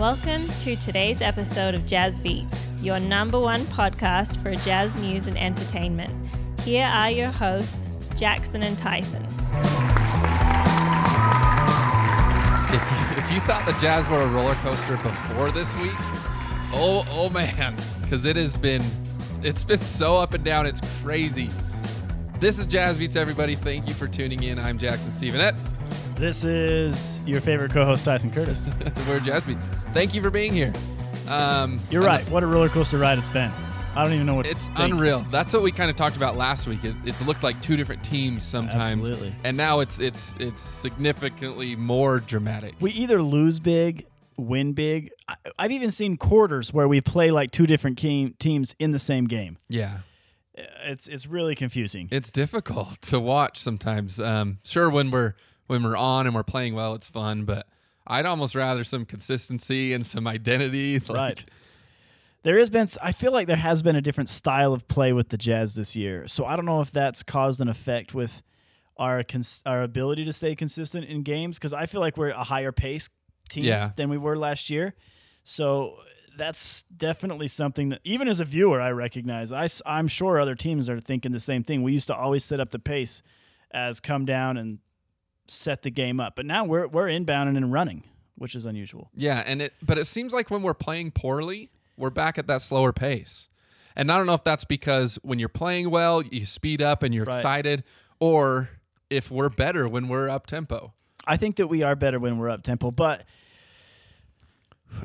Welcome to today's episode of Jazz Beats, your number one podcast for jazz news and entertainment. Here are your hosts, Jackson and Tyson. If you, if you thought the Jazz were a roller coaster before this week, oh oh man, because it has been it's been so up and down, it's crazy. This is Jazz Beats, everybody. Thank you for tuning in. I'm Jackson Stevenette. This is your favorite co-host Tyson Curtis. We're Jazz Beats. Thank you for being here. Um, You're and right. What a roller coaster ride it's been. I don't even know what to It's think. unreal. That's what we kind of talked about last week. It, it looked like two different teams sometimes, Absolutely. and now it's it's it's significantly more dramatic. We either lose big, win big. I, I've even seen quarters where we play like two different ke- teams in the same game. yeah, Uh, It's it's really confusing. it's difficult to watch sometimes. Um, sure, when we're when we're on and we're playing well, it's fun, but I'd almost rather some consistency and some identity. Like, Right. There has been s- I feel like there has been a different style of play with the Jazz this year. So I don't know if that's caused an effect with our cons- our ability to stay consistent in games cuz I feel like we're a higher pace team Yeah. than we were last year. So that's definitely something that even as a viewer I recognize. I am sure other teams are thinking the same thing. We used to always set up the pace as come down and set the game up. But now we're we're inbounding and running, which is unusual. Yeah, and it but it seems like when we're playing poorly, we're back at that slower pace. And I don't know if that's because when you're playing well, you speed up and you're Right. excited, or if we're better when we're up tempo. I think that we are better when we're up tempo, but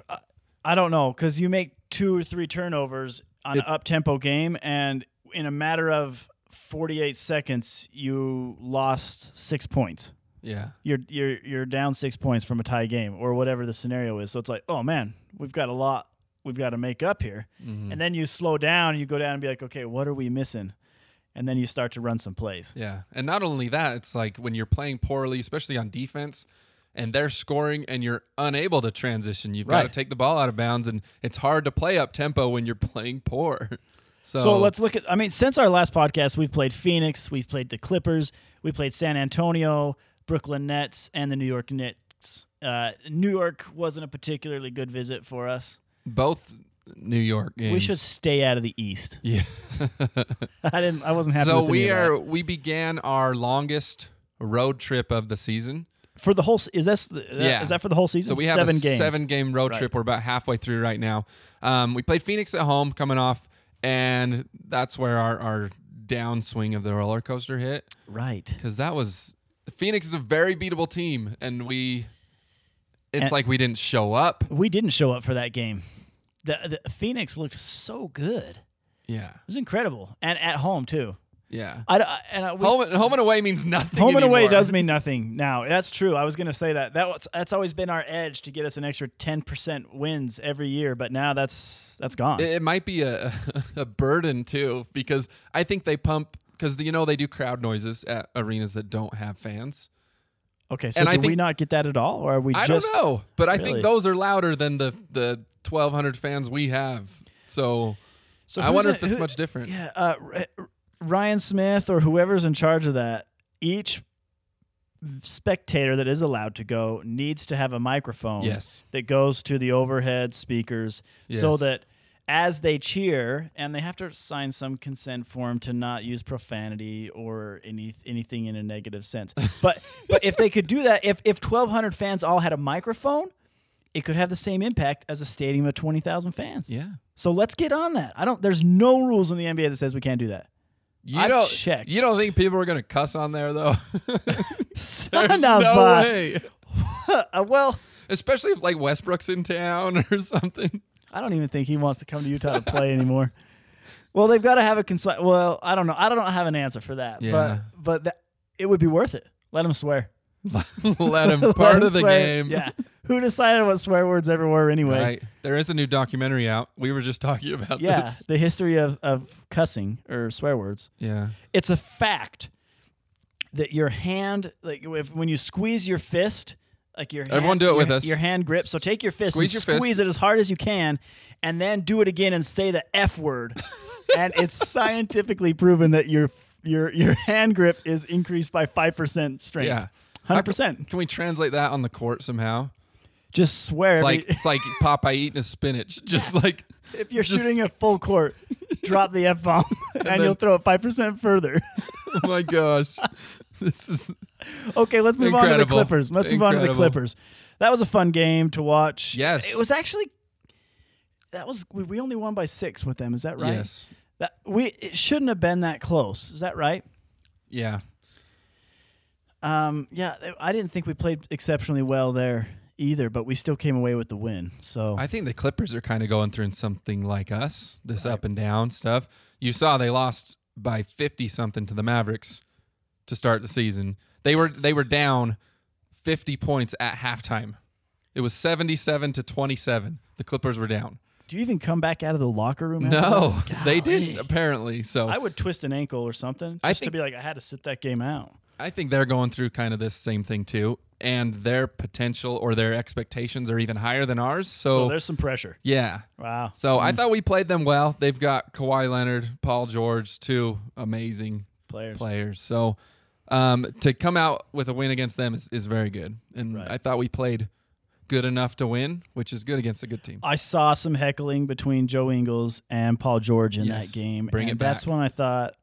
I- I don't know because you make two or three turnovers on an up tempo game, and in a matter of 48 seconds, you lost six points. Yeah. You're you're you're down six points from a tie game or whatever the scenario is. So it's like, oh man, we've got a lot we've got to make up here, and then you slow down, you go down and be like, okay, what are we missing? And then you start to run some plays. Yeah. And not only that, it's like when you're playing poorly, especially on defense, and they're scoring and you're unable to transition, you've got to Right. take the ball out of bounds. And it's hard to play up tempo when you're playing poor. So, So let's look at. I mean, since our last podcast, we've played Phoenix, we've played the Clippers, we played San Antonio, Brooklyn Nets, and the New York Knicks. Uh, New York wasn't a particularly good visit for us. both New York games. We should stay out of the East. Yeah. I didn't. I wasn't happy. so with any we of that. are we began our longest road trip of the season. for the whole. se- Is that yeah. Yeah. is that for the whole season? So we have seven a games. seven game road Right. trip. We're about halfway through right now. Um, we played Phoenix at home coming off, and that's where our, our downswing of the roller coaster hit. Right. because that was Phoenix is a very beatable team, and we. It's And- like we didn't show up. We didn't show up for that game. The, the Phoenix looked so good. It Yeah, was incredible, and at home too. yeah. I, I- and I, we, Home home and away means nothing. Home and away anymore. does mean nothing now. That's true. I was going to say that. That was, that's always been our edge to get us an extra 10% wins every year, but now that's that's gone. It, it might be a a burden too because I think they pump because you know they do crowd noises at arenas that don't have fans. okay, so and do I we think- not get that at all or are we I just don't know, but I Really? think those are louder than the the twelve hundred fans we have. So, So I who's wonder in- if it's who- much different. Yeah, uh, R- R- Ryan Smith or whoever's in charge of that, each spectator that is allowed to go needs to have a microphone Yes. that goes to the overhead speakers so Yes. that as they cheer and they have to sign some consent form to not use profanity or any anything in a negative sense. But but if they could do that if if 1200 fans all had a microphone, it could have the same impact as a stadium of 20,000 fans. Yeah. So let's get on that. I don't. There's no rules in the NBA that says we can't do that. You I've don't checked. you don't think people are gonna cuss on there though? Son There's of no a- way. Uh, well, especially if like Westbrook's in town or something. I don't even think he wants to come to Utah to play anymore. Well, they've got to have a consent. Well, I don't know. I don't have an answer for that. Yeah. But but that, it would be worth it. Let them swear. Let him Let part 'em of the swear. game. Yeah. Who decided what swear words ever were anyway? Right. There is a new documentary out. We were just talking about Yeah. this. The history of of cussing or swear words. Yeah. it's a fact that your hand like if, when you squeeze your fist like your hand, Everyone do it your- with us. your hand grip so take your fist Squeeze and your squeeze it as hard as you can and then do it again and say the f word and it's scientifically proven that your your your hand grip is increased by 5% strength Yeah. 100% Can we translate that on the court somehow? just swear. It's every- like it's like Popeye eating a spinach. Just like if you're just- shooting at full court, drop the f bomb, and, then- you'll throw it five percent further. oh my gosh, this is Okay, let's move on to the Incredible. Clippers. Let's move on to the Incredible. Clippers. That was a fun game to watch. Yes. it was actually. That was we- we only won by six with them. Is that right? yes, That we it shouldn't have been that close. Is that right? yeah. Um, yeah, I didn't think we played exceptionally well there either, but we still came away with the win. So I think the Clippers are kind of going through something like us, this up and down stuff. You saw they lost by 50 something to the Mavericks to start the season. They were they were down 50 points at halftime. It was 77 to 27. The Clippers were down. do you even come back out of the locker room? after No, that? they Golly. didn't apparently. So I would twist an ankle or something just I to think- be like, I had to sit that game out. I think they're going through kind of this same thing too, and their potential or their expectations are even higher than ours. So, So, there's some pressure. yeah. Wow. So I thought we played them well. They've got Kawhi Leonard, Paul George, two amazing Players. players. So um, to come out with a win against them is, is very good. And Right. I thought we played good enough to win, which is good against a good team. I saw some heckling between Joe Ingles and Paul George in Yes. that game. Bring and it back. That's when I thought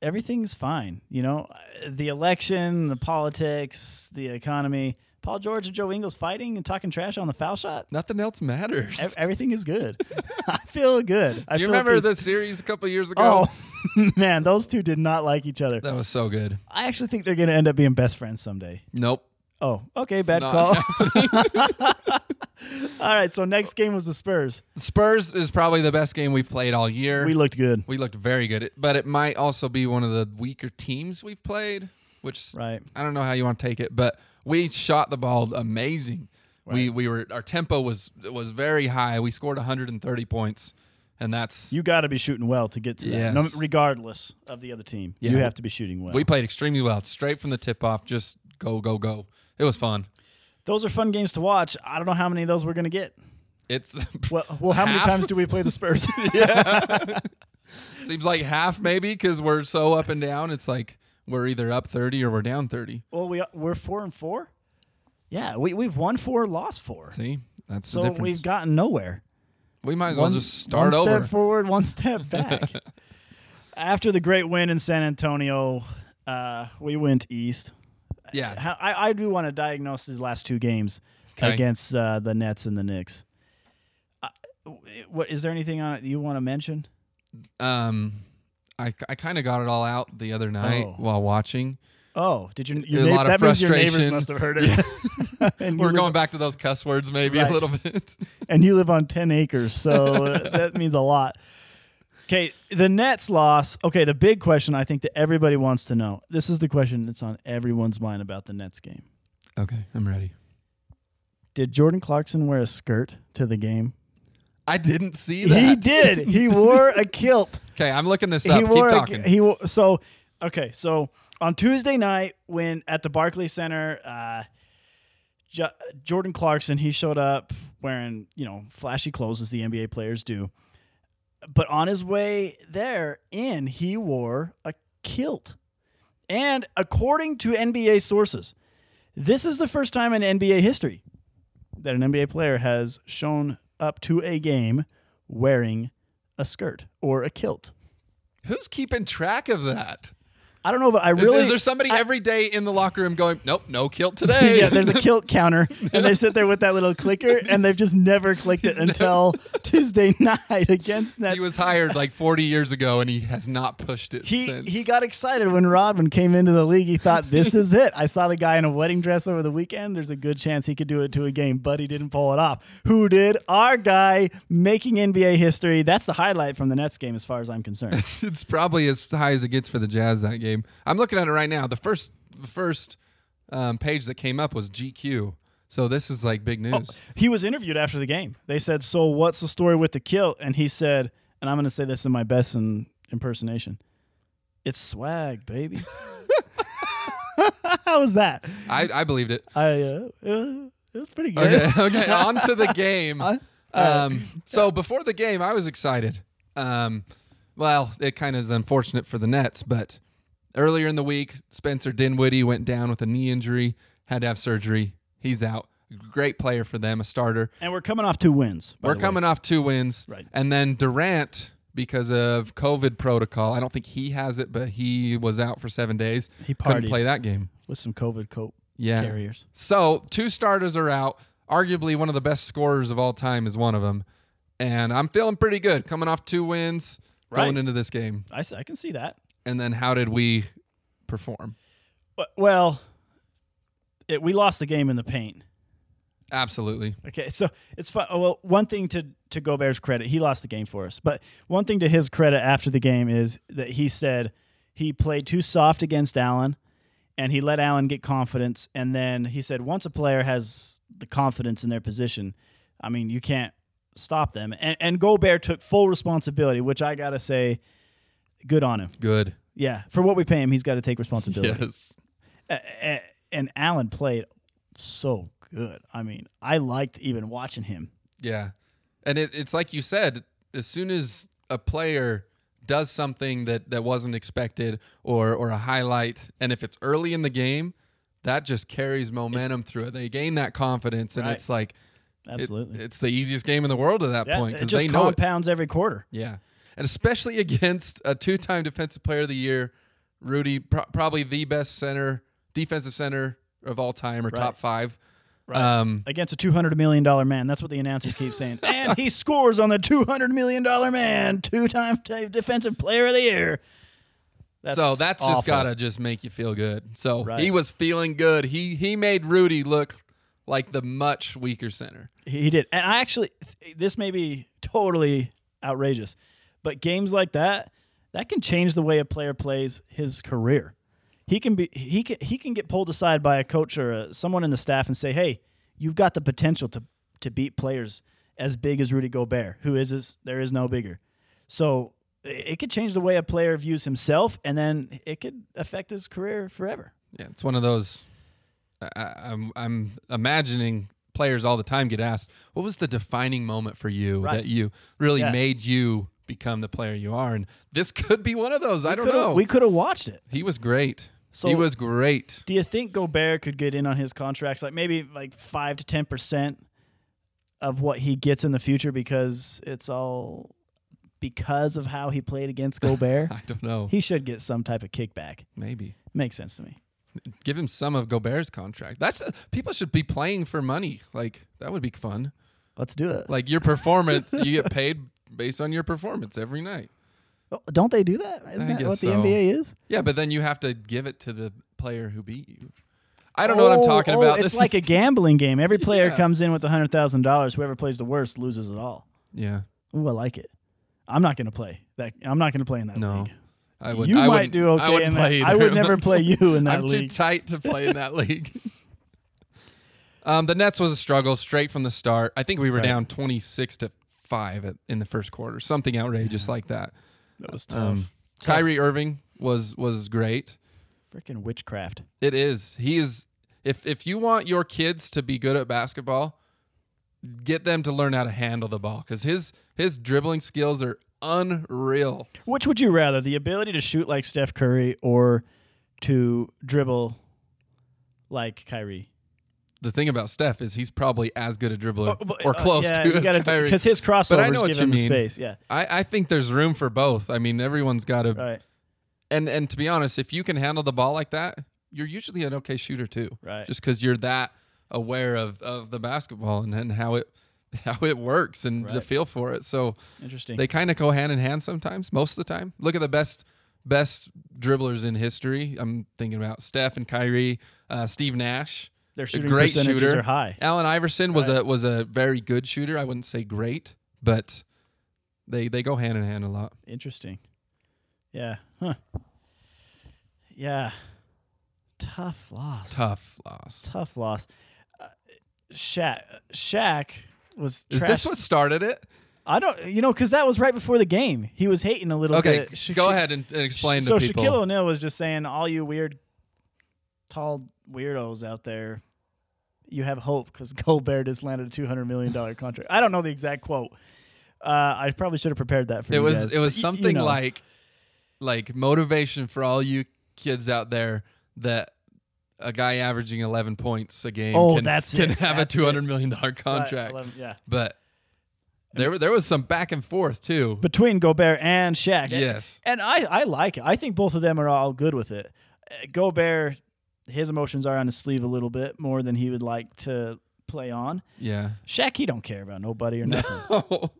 everything's fine. You know, the election, the politics, the economy. Paul George and Joe Ingles fighting and talking trash on the foul shot. Nothing else matters. Ev- Everything is good. I feel good. I Do you feel remember peace. the series a couple years ago? Oh man, those two did not like each other. That was so good. I actually think they're going to end up being best friends someday. Nope. Oh, okay, bad not call. All right, so next game was the Spurs. Spurs is probably the best game we've played all year. We looked good. We looked very good, It- but it might also be one of the weaker teams we've played, which Right. I don't know how you want to take it, but we shot the ball amazing. We we were our tempo was was very high. We scored 130 points, and that's You got to be shooting well to get to that. No, Yes. regardless of the other team, you Yeah. have to be shooting well. we played extremely well straight from the tip off. Just go go go. It was fun. those are fun games to watch. I don't know how many of those we're going to get. It's Well, well how many Half? times do we play the Spurs? seems like half maybe because we're so up and down. It's like we're either up 30 or we're down 30. well, we we're 4 and 4. Yeah, we we've won 4, lost 4. See, that's So the difference. we've gotten nowhere. we might as well just start one over. step forward, one step back. After the great win in San Antonio, uh, we went east. yeah, How- I, I do want to diagnose these last two games Okay. against uh, the Nets and the Knicks. Uh, what is there anything on it you want to mention? um I, I kind of got it all out the other night Oh. while watching. Oh, did you? There's Your a na- lot that of means your neighbors frustration. must have heard it. and you We're live- going back to those cuss words maybe Right. a little bit. and you live on 10 acres, so uh, that means a lot. Okay, the Nets loss. Okay, the big question I think that everybody wants to know. This is the question that's on everyone's mind about the Nets game. okay, I'm ready. Did Jordan Clarkson wear a skirt to the game? I didn't see that. He did. He wore a kilt. Okay, I'm looking this up. he Keep wore talking. A, he wo- so okay. So on Tuesday night, when at the Barclays Center, uh, J- Jordan Clarkson he showed up wearing you know flashy clothes as the NBA players do, but on his way there in, he wore a kilt, and according to NBA sources, this is the first time in NBA history that an NBA player has shown up to a game wearing a skirt or a kilt. Who's keeping track of that? I don't know, but I Is- really Is, there somebody every day in the locker room going, "Nope, no kilt today." yeah, there's a kilt counter, and they sit there with that little clicker, and they've just never clicked it until Tuesday night against Nets. he was hired like 40 years ago and he has not pushed it he, since. he got excited when Rodman came into the league. He thought, "This is it." I saw the guy in a wedding dress over the weekend. There's a good chance he could do it to a game, but he didn't pull it off. Who did? Our guy making NBA history. That's the highlight from the Nets game, as far as I'm concerned. it's probably as high as it gets for the Jazz that game. I'm looking at it right now. The first the first um, page that came up was GQ. So this is like big news. He was interviewed after the game. They said, "So what's the story with the kilt?" And he said, "And I'm going to say this in my best in, impersonation. It's swag, baby." How was that? I, I believed it. I uh, uh, it was pretty good. Okay, okay. On to the game. Um, so before the game, I was excited. Um, well, it kind of is unfortunate for the Nets, but earlier in the week, Spencer Dinwiddie went down with a knee injury, had to have surgery. He's out. great player for them, a starter. And we're coming off two wins. by We're the way. coming off two wins. Right. And then Durant, because of COVID protocol, I don't think he has it, but he was out for seven days. He Couldn't partied. play that game. with some COVID cope Yeah. carriers. So two starters are out. Arguably one of the best scorers of all time is one of them. And I'm feeling pretty good coming off two wins going Right. into this game. I, s- I can see that. And then how did we perform? But- Well, it, we lost the game in the paint. Absolutely. Okay, so it's fun. oh, Well, one thing to to Gobert's credit, he lost the game for us. But one thing to his credit after the game is that he said he played too soft against Allen, and he let Allen get confidence. And then he said, once a player has the confidence in their position, I mean, you can't stop them. And, and Gobert took full responsibility, which I gotta say, good on him. Good. Yeah, for what we pay him, he's got to take responsibility Yes. and, and Allen played so good. I mean, I liked even watching him. Yeah. And it, it's like you said, as soon as a player does something that, that wasn't expected or, or a highlight, and if it's early in the game, that just carries momentum through it. They gain that confidence, and Right. it's like it- Absolutely. it's the easiest game in the world at that yeah, point it because just they know it. compounds every quarter. Yeah. And especially against a two time Defensive Player of the Year, Rudy, pro- probably the best center, defensive center of all time or top five. Um, Against a two hundred million dollar man, that's what the announcers keep saying. and he scores on the two hundred million dollar man, two-time t- defensive player of the year. That's so that's awful. just gotta just make you feel good. So Right. he was feeling good. He he made Rudy look like the much weaker center. He he did, and I actually, this may be totally outrageous, but games like that, that can change the way a player plays his career. He can be, he can, he can get pulled aside by a coach or uh someone in the staff and say, "Hey, you've got the potential to to beat players as big as Rudy Gobert, who is is there is no bigger." So i- it could change the way a player views himself, and then it could affect his career forever. Yeah, it's one of those. I- I, I'm I'm imagining players all the time get asked, "What was the defining moment for you Right. that you really Yeah. made you become the player you are?" And this could be one of those. I don't Coulda- know. We could have watched it. he was great. he So- was great. Do you think Gobert could get in on his contracts, like maybe like five to ten percent of what he gets in the future because it's all because of how he played against Gobert? I don't know. he should get some type of kickback. Maybe Makes sense to me. give him some of Gobert's contract. That's people should be playing for money. Like that would be fun. Let's do it. Like your performance, you get paid based on your performance every night. Oh, Don't they do that? Isn't I that guess what the so. NBA is? Yeah, but then you have to give it to the player who beat you. I don't know what I'm talking oh, about. It's This like is- a gambling game. Every player Yeah. comes in with hundred thousand dollars. Whoever plays the worst loses it all. yeah. Ooh, I like it. I'm not gonna play that. I'm not gonna play in that No, league. I would. you I might wouldn't- do okay I wouldn't in play that. I either. would never play you in that I'm league. too tight to play in that league. um, the Nets was a struggle straight from the start. I think we were Right. down 26 to five at, in the first quarter, something outrageous like that. that was tough. Um, Kyrie Irving was was great. Freaking witchcraft. It is. He is. If if you want your kids to be good at basketball, get them to learn how to handle the ball because his his dribbling skills are unreal. Which would you rather, the ability to shoot like Steph Curry or to dribble like Kyrie? The thing about Steph is he's probably as good a dribbler Oh, but- or uh, close yeah, to you as gotta- Kyrie. Because his But I know crossovers what give you him the mean. space. Yeah, I, I think there's room for both. I mean, everyone's got to. right, And and to be honest, if you can handle the ball like that, you're usually an okay shooter too. right. Just because you're that aware of, of the basketball and, and how it how it works and the Right. feel for it. So Interesting. they kind of go hand in hand sometimes. Most of the time, look at the best best dribblers in history. I'm thinking about Steph and Kyrie, uh, Steve Nash. Their shooting great percentages shooter. are high. Allen Iverson was Right. a was a very good shooter. I wouldn't say great, but they they go hand in hand a lot. Interesting. Yeah. Huh. Yeah. Tough loss. Tough loss. Tough loss. Uh, Shaq. Shaq was. Is trash. this what started it? I don't. You know, because that was right before the game. He was hating a little Okay, bit. Sha- go Sha- ahead and, and explain Sh- to so people. Shaquille O'Neal was just saying, all you weird, tall weirdos out there, you have hope because Goldberg just landed a two hundred million dollar contract. I don't know the exact quote. Uh, I probably should have prepared that for it you was guys, it was but y- you something know. like like motivation for all you kids out there that a guy averaging 11 points a game Oh, can, that's can it. have That's a it. two hundred million dollar contract. Right, 11 yeah. but there were- there was some back and forth too. Between Gobert and Shaq. yes, And I, I like it. I think both of them are all good with it. Uh, Gobert, his emotions are on his sleeve a little bit more than he would like to play on. yeah. Shaq, he don't care about nobody or nothing. Oh,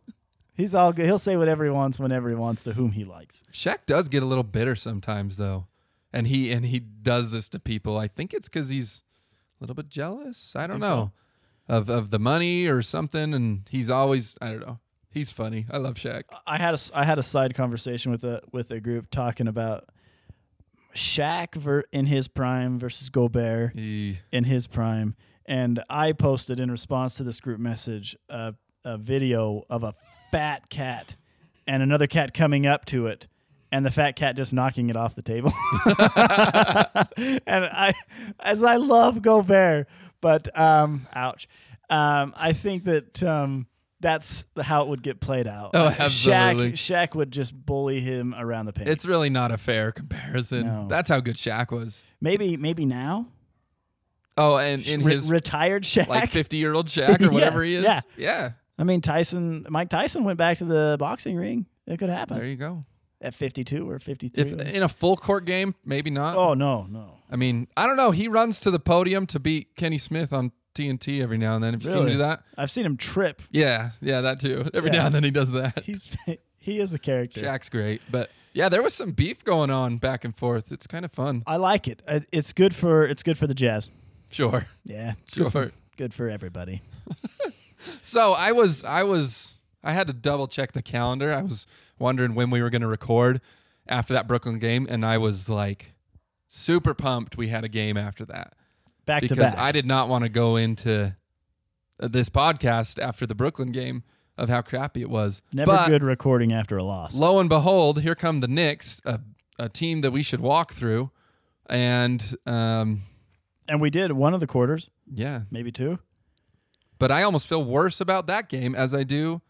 He's all good. He'll say whatever he wants, whenever he wants, to whom he likes. Shaq does get a little bitter sometimes though, and he and he does this to people. I think it's because he's a little bit jealous. I don't think so. know of of the money or something, and he's always I don't know. He's funny. I love Shaq. I had a, s- I had a side conversation with a with a group talking about Shaq ver- in his prime versus Gobert He, in his prime, and I posted in response to this group message a, a video of a fat cat and another cat coming up to it, and the fat cat just knocking it off the table. and I, as I love Gobert, but um, ouch, um, I think that um, that's how it would get played out. Uh, Oh, absolutely. Shaq, Shaq would just bully him around the paint. it's really not a fair comparison. No. That's how good Shaq was. maybe, maybe now. Oh, and in Re- his retired Shaq, like 50 year old Shaq or whatever he Yes, is. yeah. yeah. I mean, Tyson, Mike Tyson went back to the boxing ring. It could happen There you go. at 52 or 53. If uh, in a full court game, maybe not. oh, no, no. I mean, I don't know. He runs to the podium to beat Kenny Smith on TNT every now and then. Have you seen him Really? do that? I've seen him trip. Yeah, yeah, that too. Every Yeah. now and then he does that. He's He is a character. Shaq's great, but yeah, there was some beef going on back and forth. It's kind of fun. I like it. I- It's good for it's good for the Jazz. Sure, Yeah. Good sure. for, good for everybody. So I was, I was, I had to double check the calendar. I was wondering when we were going to record after that Brooklyn game, and I was like super pumped. We had a game after that. Back to because back. I did not want to go into uh, this podcast after the Brooklyn game of how crappy it was. Never but good recording after a loss. lo and behold, here come the Knicks, a, a team that we should walk through. And um, and we did one of the quarters, yeah, maybe two. but I almost feel worse about that game as I do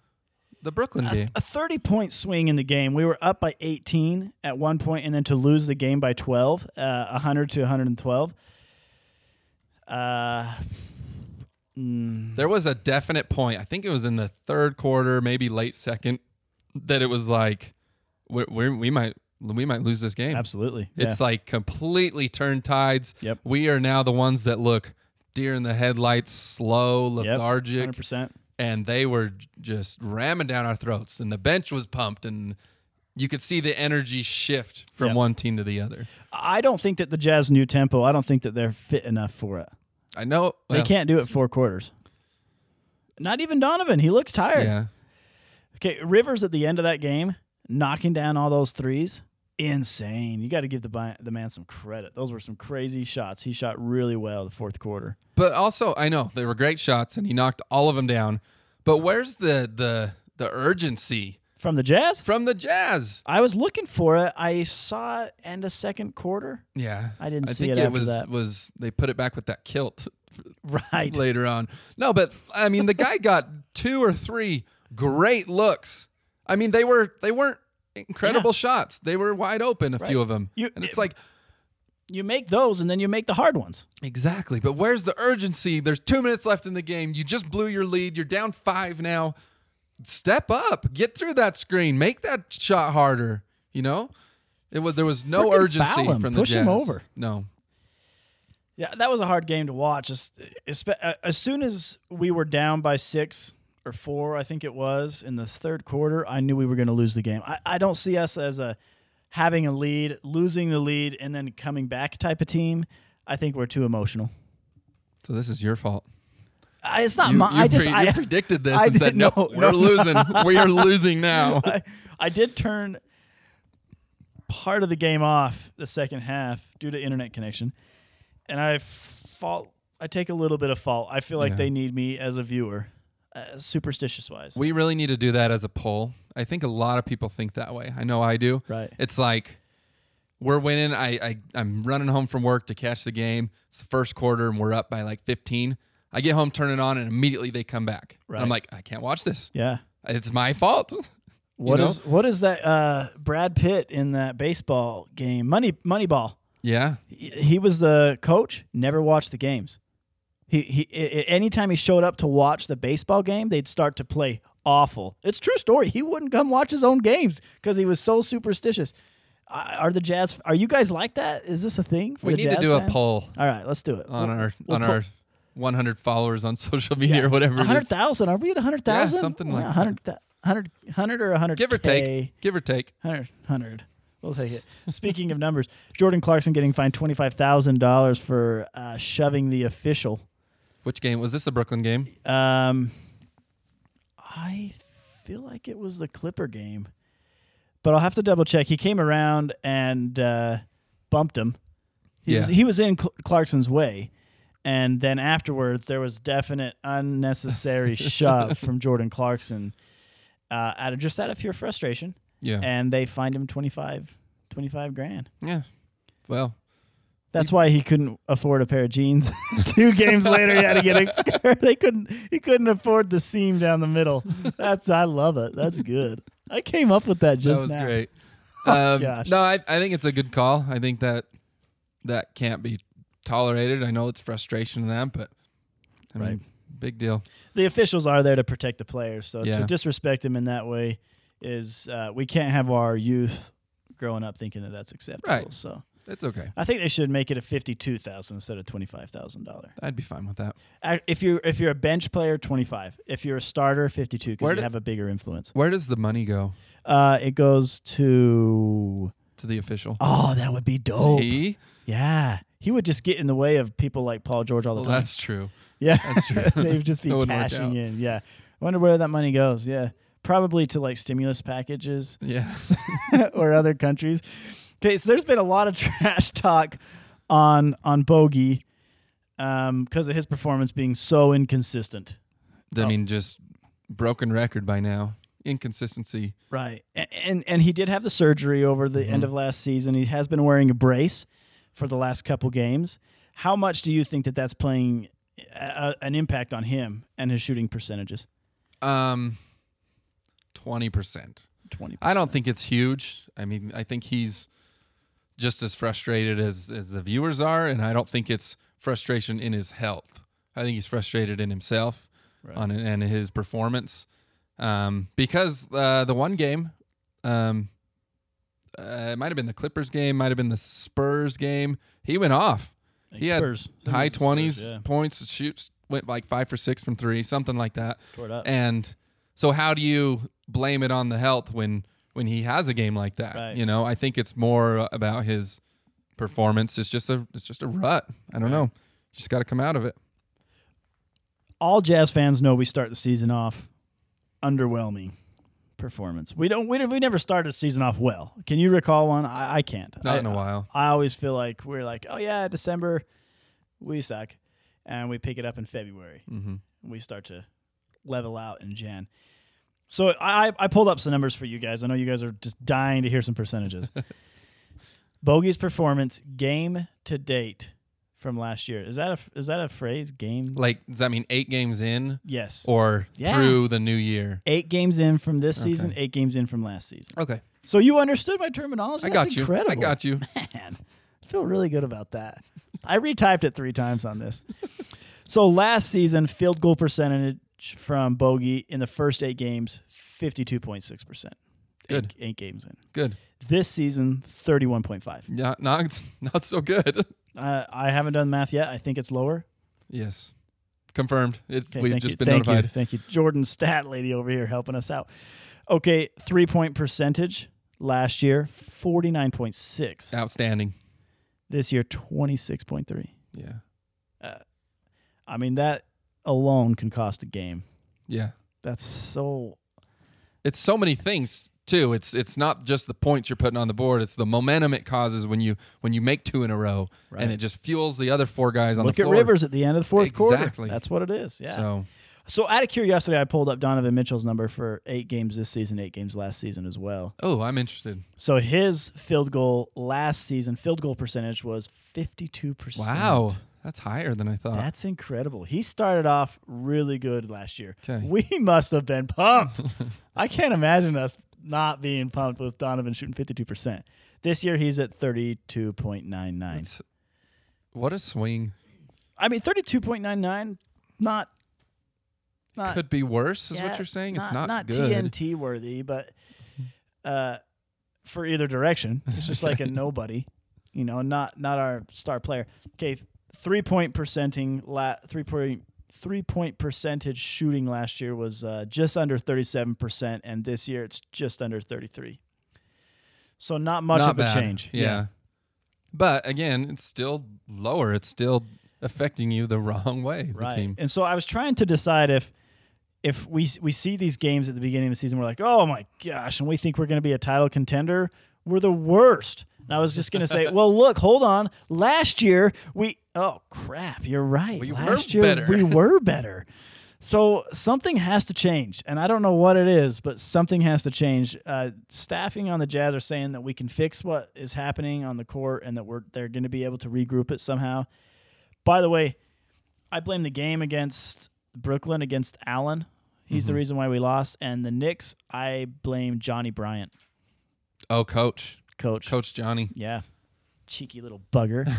the Brooklyn game. A 30 point swing in the game. We were up by 18 at one point, and then to lose the game by 12, uh, 100 to 112. Uh, mm, There was a definite point. I think it was in the third quarter, maybe late second, that it was like we we we might we might lose this game. absolutely. It's like completely turned tides. Yep. We are now the ones that look deer in the headlights, slow, Yep, lethargic, 100%. and they were j- just ramming down our throats. And the bench was pumped, and you could see the energy shift from Yep. one team to the other. I don't think that the Jazz new tempo. I don't think that they're fit enough for it. I know They well, can't do it four quarters. Not even Donovan. He looks tired. Yeah, Okay, Rivers at the end of that game, knocking down all those threes, insane. You got to give the bi- the man some credit. Those were some crazy shots. He shot really well the fourth quarter. but also I know they were great shots, and he knocked all of them down. But where's the the the urgency From the Jazz, from the Jazz? I was looking for it. I saw it end of second quarter. Yeah, I didn't see think it it after was that. was they put it back with that kilt Right. later on. No, but I mean the guy got two or three great looks. I mean they were they weren't incredible shots. They were wide open a few of them. You- and it's like You make those and then you make the hard ones. exactly, but where's the urgency? There's 2 minutes left in the game. You just blew your lead. You're down 5 now. Step up. Get through that screen. Make that shot harder, you know? It was there was no Freaking urgency foul him. from the Push Jazz. him over. No. Yeah, that was a hard game to watch. As, espe- uh, as soon as we were down by six or four, I think it was in the third quarter, I knew we were going to lose the game. I, I don't see us as a having a lead, losing the lead, and then coming back type of team. I think we're too emotional. So this is your fault. I, it's not You, my. you I just pre- I, you predicted this I and said, did- "No, no, we're no. losing. we are losing now." I, I did turn part of the game off the second half due to internet connection, and I fault. I take a little bit of fault. I feel like Yeah. they need me as a viewer, uh, superstitious wise. We really need to do that as a poll. I think a lot of people think that way. I know I do. Right. It's like we're winning. I, I I'm running home from work to catch the game. It's the first quarter and we're up by like 15. I get home, turn it on, and immediately they come back. And I'm Right. like, I can't watch this. yeah. It's my fault. What know? is what is that? Uh, Brad Pitt in that baseball game, Money Moneyball. Yeah. He- He was the coach. Never watched the games. He he. i- i- Anytime he showed up to watch the baseball game, they'd start to play awful. It's a true story. He wouldn't come watch his own games because he was so superstitious. I- Are the Jazz? Are you guys like that? Is this a thing for We the need to Jazz do a fans? poll. All right, let's do it. on We'll- our we'll on pull- our 100 followers on social media or whatever. it is. 100,000. Are we at 100,000? Yeah, something like that. 100, 100, 100 or 100 Give or take. Give or take. 100, 100. We'll take it. Speaking of numbers, Jordan Clarkson getting fined $25,000 for uh, shoving the official. Which game was this? The Brooklyn game. Um, I feel like it was the Clipper game, but I'll have to double check. He came around and uh, bumped him. He, Yeah. was, he was in Cl- Clarkson's way. And then afterwards, there was definite unnecessary shove from Jordan Clarkson uh, out of just out of pure frustration. Yeah. And they fined him 25, 25 grand. yeah. Well, That's why he couldn't afford a pair of jeans. Two games later, he had to get a skirt. They couldn't. He couldn't afford the seam down the middle. That's. I love it. That's good. I came up with that just that was now. great. Oh, um, gosh. no, I, I think it's a good call. I think that that can't be tolerated. I know it's frustration to them, but I mean, Right. big deal. The officials are there to protect the players, so Yeah. to disrespect him in that way is uh, we can't have our youth growing up thinking that that's acceptable. Right. So It's okay. I think they should make it a fifty-two thousand instead of twenty-five thousand dollar. I'd be fine with that. If you are if you're a bench player, twenty-five. If you're a starter, fifty-two Where because you did- have a bigger influence. Where does the money go Uh, it goes to to the official? Oh, that would be dope. See? Yeah. He would just get in the way of people like Paul George all the Well, time. that's true. yeah. that's true. They'd just be That wouldn't work cashing out. in. Yeah. Wonder where that money goes. Yeah. Probably to like stimulus packages Yes. or other countries. Okay, so there's been a lot of trash talk on on Bogey um because of his performance being so inconsistent. I mean, just broken record by now. Inconsistency. Right. And and, and he did have the surgery over the Mm-hmm. end of last season. He has been wearing a brace for the last couple games. How much do you think that that's playing a, a- an impact on him and his shooting percentages? Um, twenty percent. 20. I don't think it's huge. I mean, I think he's just as frustrated as as the viewers are, and I don't think it's frustration in his health. I think he's frustrated in himself on and his performance um, because uh, the one game, um, uh, it might have been the Clippers game, might have been the Spurs game. He went off. He had Spurs. I think high it was the Spurs, twenties yeah. points, shoots went like five for six from three, something like that. Tore it up. And so how do you blame it on the health when when he has a game like that? Right. You know, I think it's more about his performance. It's just a it's just a rut. I don't know. Just got to come out of it. all jazz fans know we start the season off underwhelming performance. We don't. We, don't- we never started the season off well. Can you recall one? I, I can't. Not I- uh, in a while. I always feel like we're like, oh yeah, December, we suck, and we pick it up in February. Mm-hmm. We start to level out in Jan. So I I- I pulled up some numbers for you guys. I know you guys are just dying to hear some percentages. Bogey's performance game to date from last year is that a is that a phrase game? Like does that mean eight games in Yes. or Yeah. through the new year? Eight games in from this Okay. season, eight games in from last season. Okay, So you understood my terminology. I That's got you. Incredible. I got you. Man, I feel really good about that. I retyped it three times on this. so last season, field goal percentage from Bogey in the first eight games, 52.6%. Good. Eight, eight games in. Good. This season, 31.5. Not not not so good. Uh, I haven't done math yet. I think it's lower. yes, confirmed. It's Okay, we've thank just you. been thank notified. You, thank you. Jordan Stat Lady over here helping us out. Okay, three point percentage last year, 49.6. Outstanding. This year, 26.3. Yeah. I mean, that alone can cost a game. Yeah. That's so it's so many things too. It's it's not just the points you're putting on the board. It's the momentum it causes when you when you make two in a row, Right. and it just fuels the other four guys on look the at floor. Rivers at the end of the fourth Exactly. quarter. That's what it is. Yeah. So. So out of curiosity, I pulled up Donovan Mitchell's number for eight games this season, eight games last season as well. oh, I'm interested. So his field goal last season, field goal percentage was fifty two percent. Wow, Uh, that's higher than I thought. That's incredible. He started off really good last year. 'Kay. We must have been pumped. I can't imagine us not being pumped with Donovan shooting 52%. This year he's at 32.99. That's- What a swing. I mean 32.99 not not Could be worse, is what yeah, you're saying. It's not, not good. TNT worthy, but uh, for either direction, it's just like a nobody, you know, not not our star player. Okay, three point percenting, la- three point three point percentage shooting last year was uh, just under thirty seven percent, and this year it's just under thirty three. So not much Not of bad. a change. Yeah. But again, it's still lower. It's still affecting you the wrong way. The right. team. And so I was trying to decide if if we we see these games at the beginning of the season, we're like, oh my gosh, and we think we're going to be a title contender. We're the worst. And I was just going to say, well, look, hold on. Last year we oh crap, you're right. We were Last year better. we were better. So something has to change, and I don't know what it is, but something has to change. Uh, staffing on the Jazz are saying that we can fix what is happening on the court, and that we're they're going to be able to regroup it somehow. By the way, I blame the game against Brooklyn against Allen. He's Mm-hmm. the reason why we lost. And the Knicks, I blame Johnny Bryant, Oh, coach. coach. Coach Johnny. Yeah. Cheeky little bugger.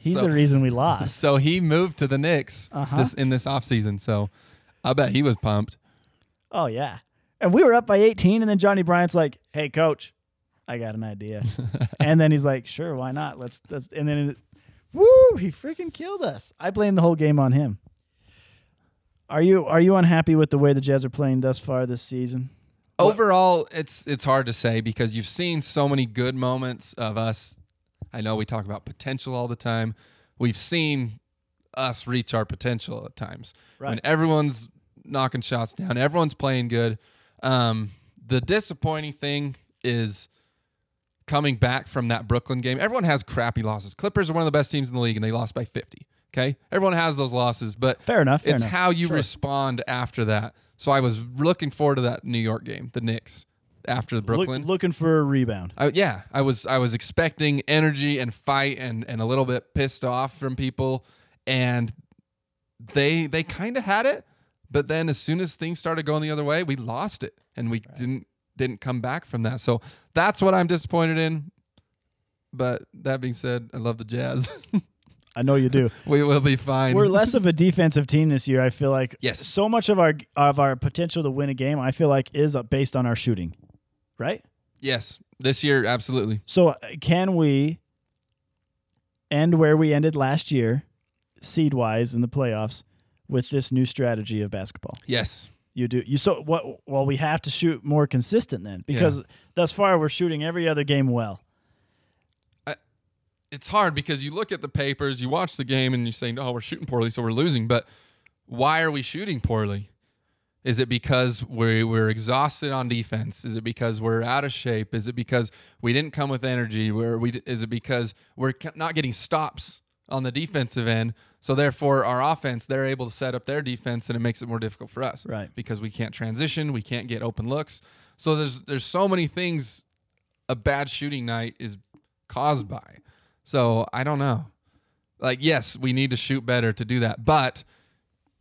He's So- the reason we lost. So he moved to the Knicks this, in this offseason. So I bet he was pumped. Oh, yeah. And we were up by 18. And then Johnny Bryant's like, hey, coach, I got an idea. and then he's like, sure, why not? Let's, let's, and then, it, woo, he freaking killed us. I blame the whole game on him. Are you are you unhappy with the way the Jazz are playing thus far this season? Overall, it's it's hard to say because you've seen so many good moments of us. I know we talk about potential all the time. We've seen us reach our potential at times when Right. everyone's knocking shots down, everyone's playing good. Um, the disappointing thing is coming back from that Brooklyn game. Everyone has crappy losses. Clippers are one of the best teams in the league, and they lost by fifty. Okay, everyone has those losses, but Fair enough. fair it's enough. how you Sure. respond after that. So I was looking forward to that New York game, the Knicks, after the Look- Brooklyn. looking for a rebound. I, yeah, I was I was expecting energy and fight and and a little bit pissed off from people, and they they kind of had it, but then as soon as things started going the other way, we lost it and we didn't didn't come back from that. So that's what I'm disappointed in. But that being said, I love the Jazz. I know you do. we will be fine. We're less of a defensive team this year. I feel like Yes. so much of our of our potential to win a game, I feel like, is uh, based on our shooting, right? yes, this year absolutely. So uh, can we end where we ended last year, seed wise in the playoffs, with this new strategy of basketball? Yes. You do you so what? Well, we have to shoot more consistent then, because thus far we're shooting every other game well. it's hard because you look at the papers, you watch the game, and you're saying, "Oh, we're shooting poorly, so we're losing." But why are we shooting poorly? Is it because we're, we're exhausted on defense? Is it because we're out of shape? Is it because we didn't come with energy? Where we is it because we're ca- not getting stops on the defensive end? So therefore, our offense they're able to set up their defense, and it makes it more difficult for us, Right. Because we can't transition, we can't get open looks. So there's there's so many things a bad shooting night is caused by. So I don't know. Like, yes, we need to shoot better to do that. But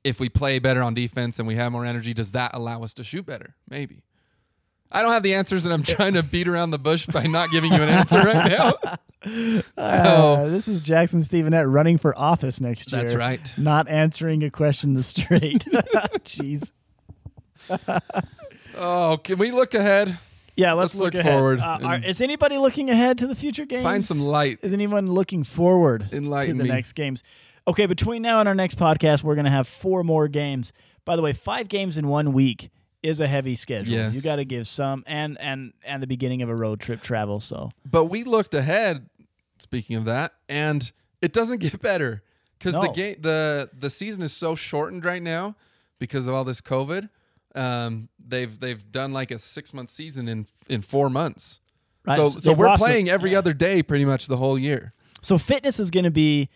if we play better on defense and we have more energy, does that allow us to shoot better? Maybe. I don't have the answers, and I'm trying to beat around the bush by not giving you an answer right now. Uh, this is Jackson Stevenette running for office next year. Oh. That's right. Not answering a question the straight. Jeez. Oh, can we look ahead? Yeah, let's, Let's look ahead. forward Uh, are- and- is anybody looking ahead to the future games? Find some light. Is anyone looking forward Enlighten to the me. next games? Okay, between now and our next podcast, we're going to have four more games. By the way, five games in one week is a heavy schedule. Yes. You got to give some, and and and the beginning of a road trip travel. So But we looked ahead. Speaking of that, and it doesn't get better because the No. game the the season is so shortened right now because of all this COVID. Um, they've they've done like a six month season in in four months. Right, So so so they've we're lost it. playing every other day pretty much the whole year. So fitness is going to be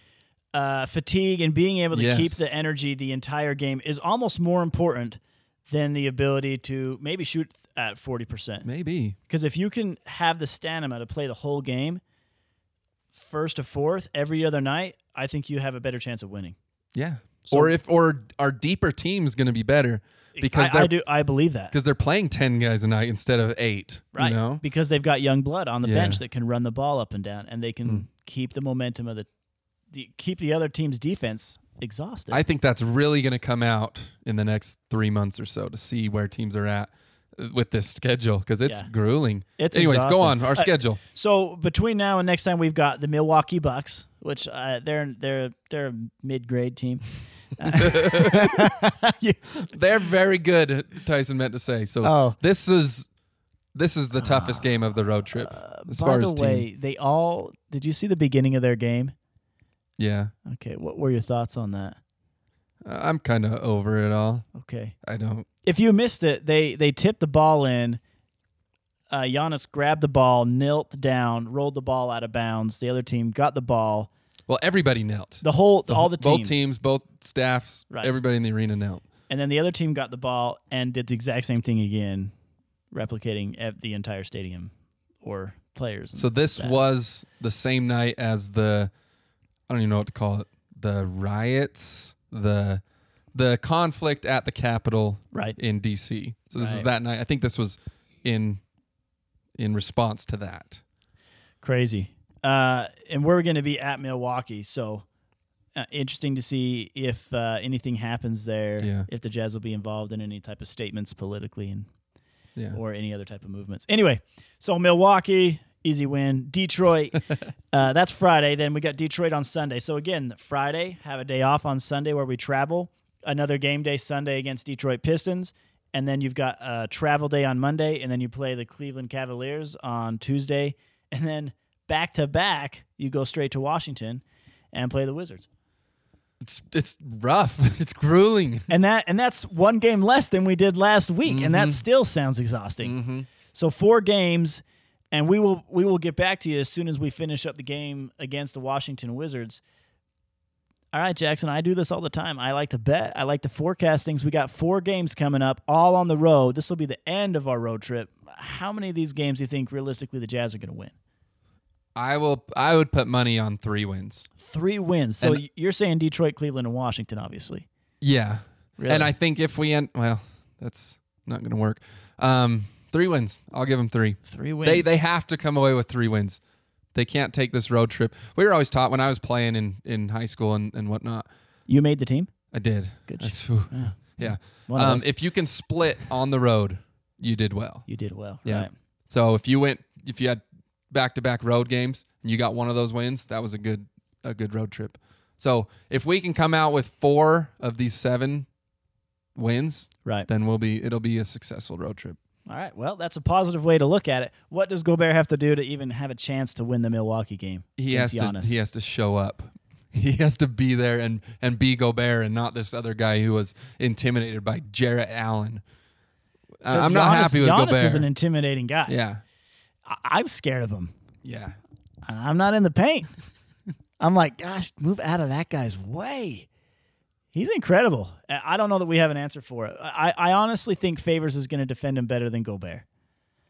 uh, fatigue and being able to Yes. keep the energy the entire game is almost more important than the ability to maybe shoot at forty percent. Maybe Because if you can have the stamina to play the whole game, first to fourth every other night, I think you have a better chance of winning. yeah. or if or our deeper team's going to be better. because I, I they're do. I believe that. because they're playing ten guys a night instead of eight. Right. You know? Because they've got young blood on the Yeah. Hmm. bench that can run the ball up and down, and they can keep the momentum of the, the keep the other team's defense exhausted. I think that's really going to come out in the next three months or so to see where teams are at uh, with this schedule because it's Yeah. grueling. It's Anyways, exhausting. go on our Uh, schedule. so between now and next time, we've got the Milwaukee Bucks, which uh, they're they're they're a mid grade team. Uh, They're very good. Tyson meant to say. So Oh. this is this is the toughest game of the road trip Uh, as By far the as team. way, they all did you see the beginning of their game? Yeah, Okay, what were your thoughts on that? Uh, I'm kind of over it all. Okay. I don't. if you missed it, they they tipped the ball in. Uh, Giannis grabbed the ball, knelt down, rolled the ball out of bounds. The other team got the ball. Well, everybody knelt. The whole, all the teams. both teams, both staffs, Right. everybody in the arena knelt. And then the other team got the ball and did the exact same thing again, replicating ev- the entire stadium or players. and So this that. was the same night as the I don't even know what to call it. The riots, the the conflict at the Capitol right. in DC. So this is Right. that night. I think this was in in response to that. Crazy. Uh, and we're going to be at Milwaukee, so uh, interesting to see if uh, anything happens there. Yeah. If the Jazz will be involved in any type of statements politically and Yeah. or any other type of movements. Anyway, so Milwaukee, easy win. Detroit, uh, that's Friday. Then we got Detroit on Sunday. So again, Friday, have a day off on Sunday where we travel. Another game day Sunday against Detroit Pistons. And then you've got a travel day on Monday. And then you play the Cleveland Cavaliers on Tuesday. And then back to back, you go straight to Washington and play the Wizards. It's it's rough. It's grueling. and that and that's one game less than we did last week and Mm-hmm. that still sounds exhausting so four games and we will we will get back to you as soon as we finish up the game against the washington wizards all right jackson i do this all the time i like to bet i like to forecast things we got four games coming up all on the road this will be the end of our road trip how many of these games do you think realistically the jazz are going to win I will I would put money on 3 wins. three wins so And- you're saying detroit cleveland and washington obviously Yeah. Really? And I think if we end well, that's not going to work. Um 3 wins. I'll give them 3. three wins They they have to come away with three wins. They can't take this road trip. We were always taught when I was playing in, in high school and, and whatnot. you made the team I did. Good I- sh- phew. yeah. One of Um, us. if you can split on the road, you did well. you did well Yeah. right So if you went, if you had back to back road games and you got one of those wins, that was a good a good road trip. So if we can come out with four of these seven wins, right then we'll be it'll be a successful road trip. All right. Well, that's a positive way to look at it. What does Gobert have to do to even have a chance to win the Milwaukee game? he has against to Giannis? he has to show up. He has to be there and and be Gobert and not this other guy who was intimidated by Jarrett Allen. I- 'Cause I'm not Giannis- happy with Giannis Gobert. is an intimidating guy. yeah, I- I'm scared of him. yeah. I'm not in the paint. I'm like, gosh, move out of that guy's way. He's incredible. I I don't know that we have an answer for it. I, I honestly think Favors is going to defend him better than Gobert.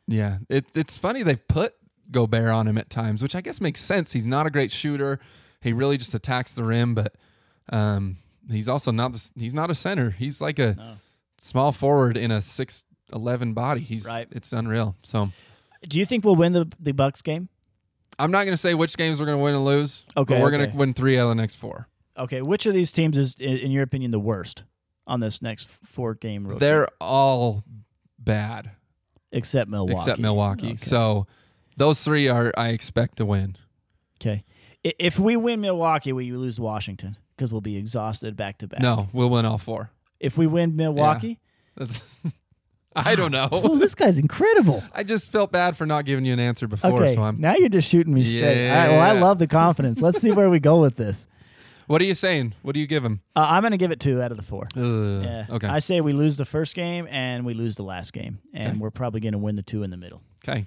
Yeah, it, it's funny they've put Gobert on him at times, which I guess makes sense. He's not a great shooter. He really just attacks the rim, but um, he's also not the, s- he's not a center. He's like a small forward in a six eleven body. He's Right. It's unreal. So Do you think we'll win the, the Bucks game? I'm not going to say which games we're going to win and lose. Okay, but we're going okay. to win three out of the next four. Okay. Which of these teams is, i- in your opinion, the worst on this next four game road? They're all bad except Milwaukee. except Milwaukee. Okay. So those three are I expect to win. Okay. I- If we win Milwaukee, we lose Washington because we'll be exhausted back to back. No, we'll win all four. If we win Milwaukee, That's I don't oh, know. this guy's incredible. I just felt bad for not giving you an answer before. Okay, So I'm. now you're just shooting me straight. All right, well, I Yeah. love the confidence. Let's see where we go with this. What are you saying? What do you give him? Uh, I'm going to give it two out of the four. Ugh. Yeah. Uh, Okay. I say we lose the first game and we lose the last game, and Okay. we're probably going to win the two in the middle. okay.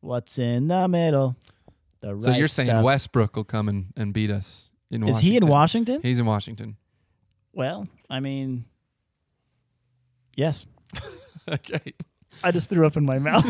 What's in the middle? The right So you're saying stuff. Westbrook will come and, and beat us in Is he in Washington? He's in Washington. Well, I mean, yes. okay. I just threw up in my mouth.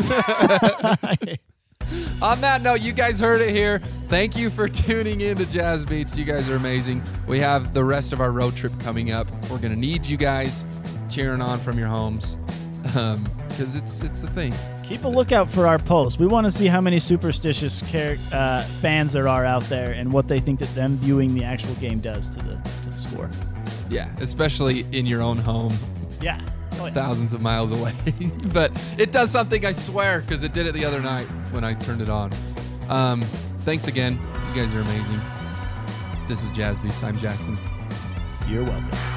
On that note, you guys heard it here. Thank you for tuning in to Jazz Beats. You guys are amazing. We have the rest of our road trip coming up. We're going to need you guys. cheering on from your homes, because it's it's the thing. Keep a lookout for our polls. We want to see how many superstitious char- uh, fans there are out there and what they think that them viewing the actual game does to the to the score. Yeah, especially in your own home, Yeah. Oh, yeah. thousands of miles away. but it does something, I swear, because it did it the other night when I turned it on. Um, thanks again. You guys are amazing. This is Jazz Beats. I'm Jackson. You're welcome.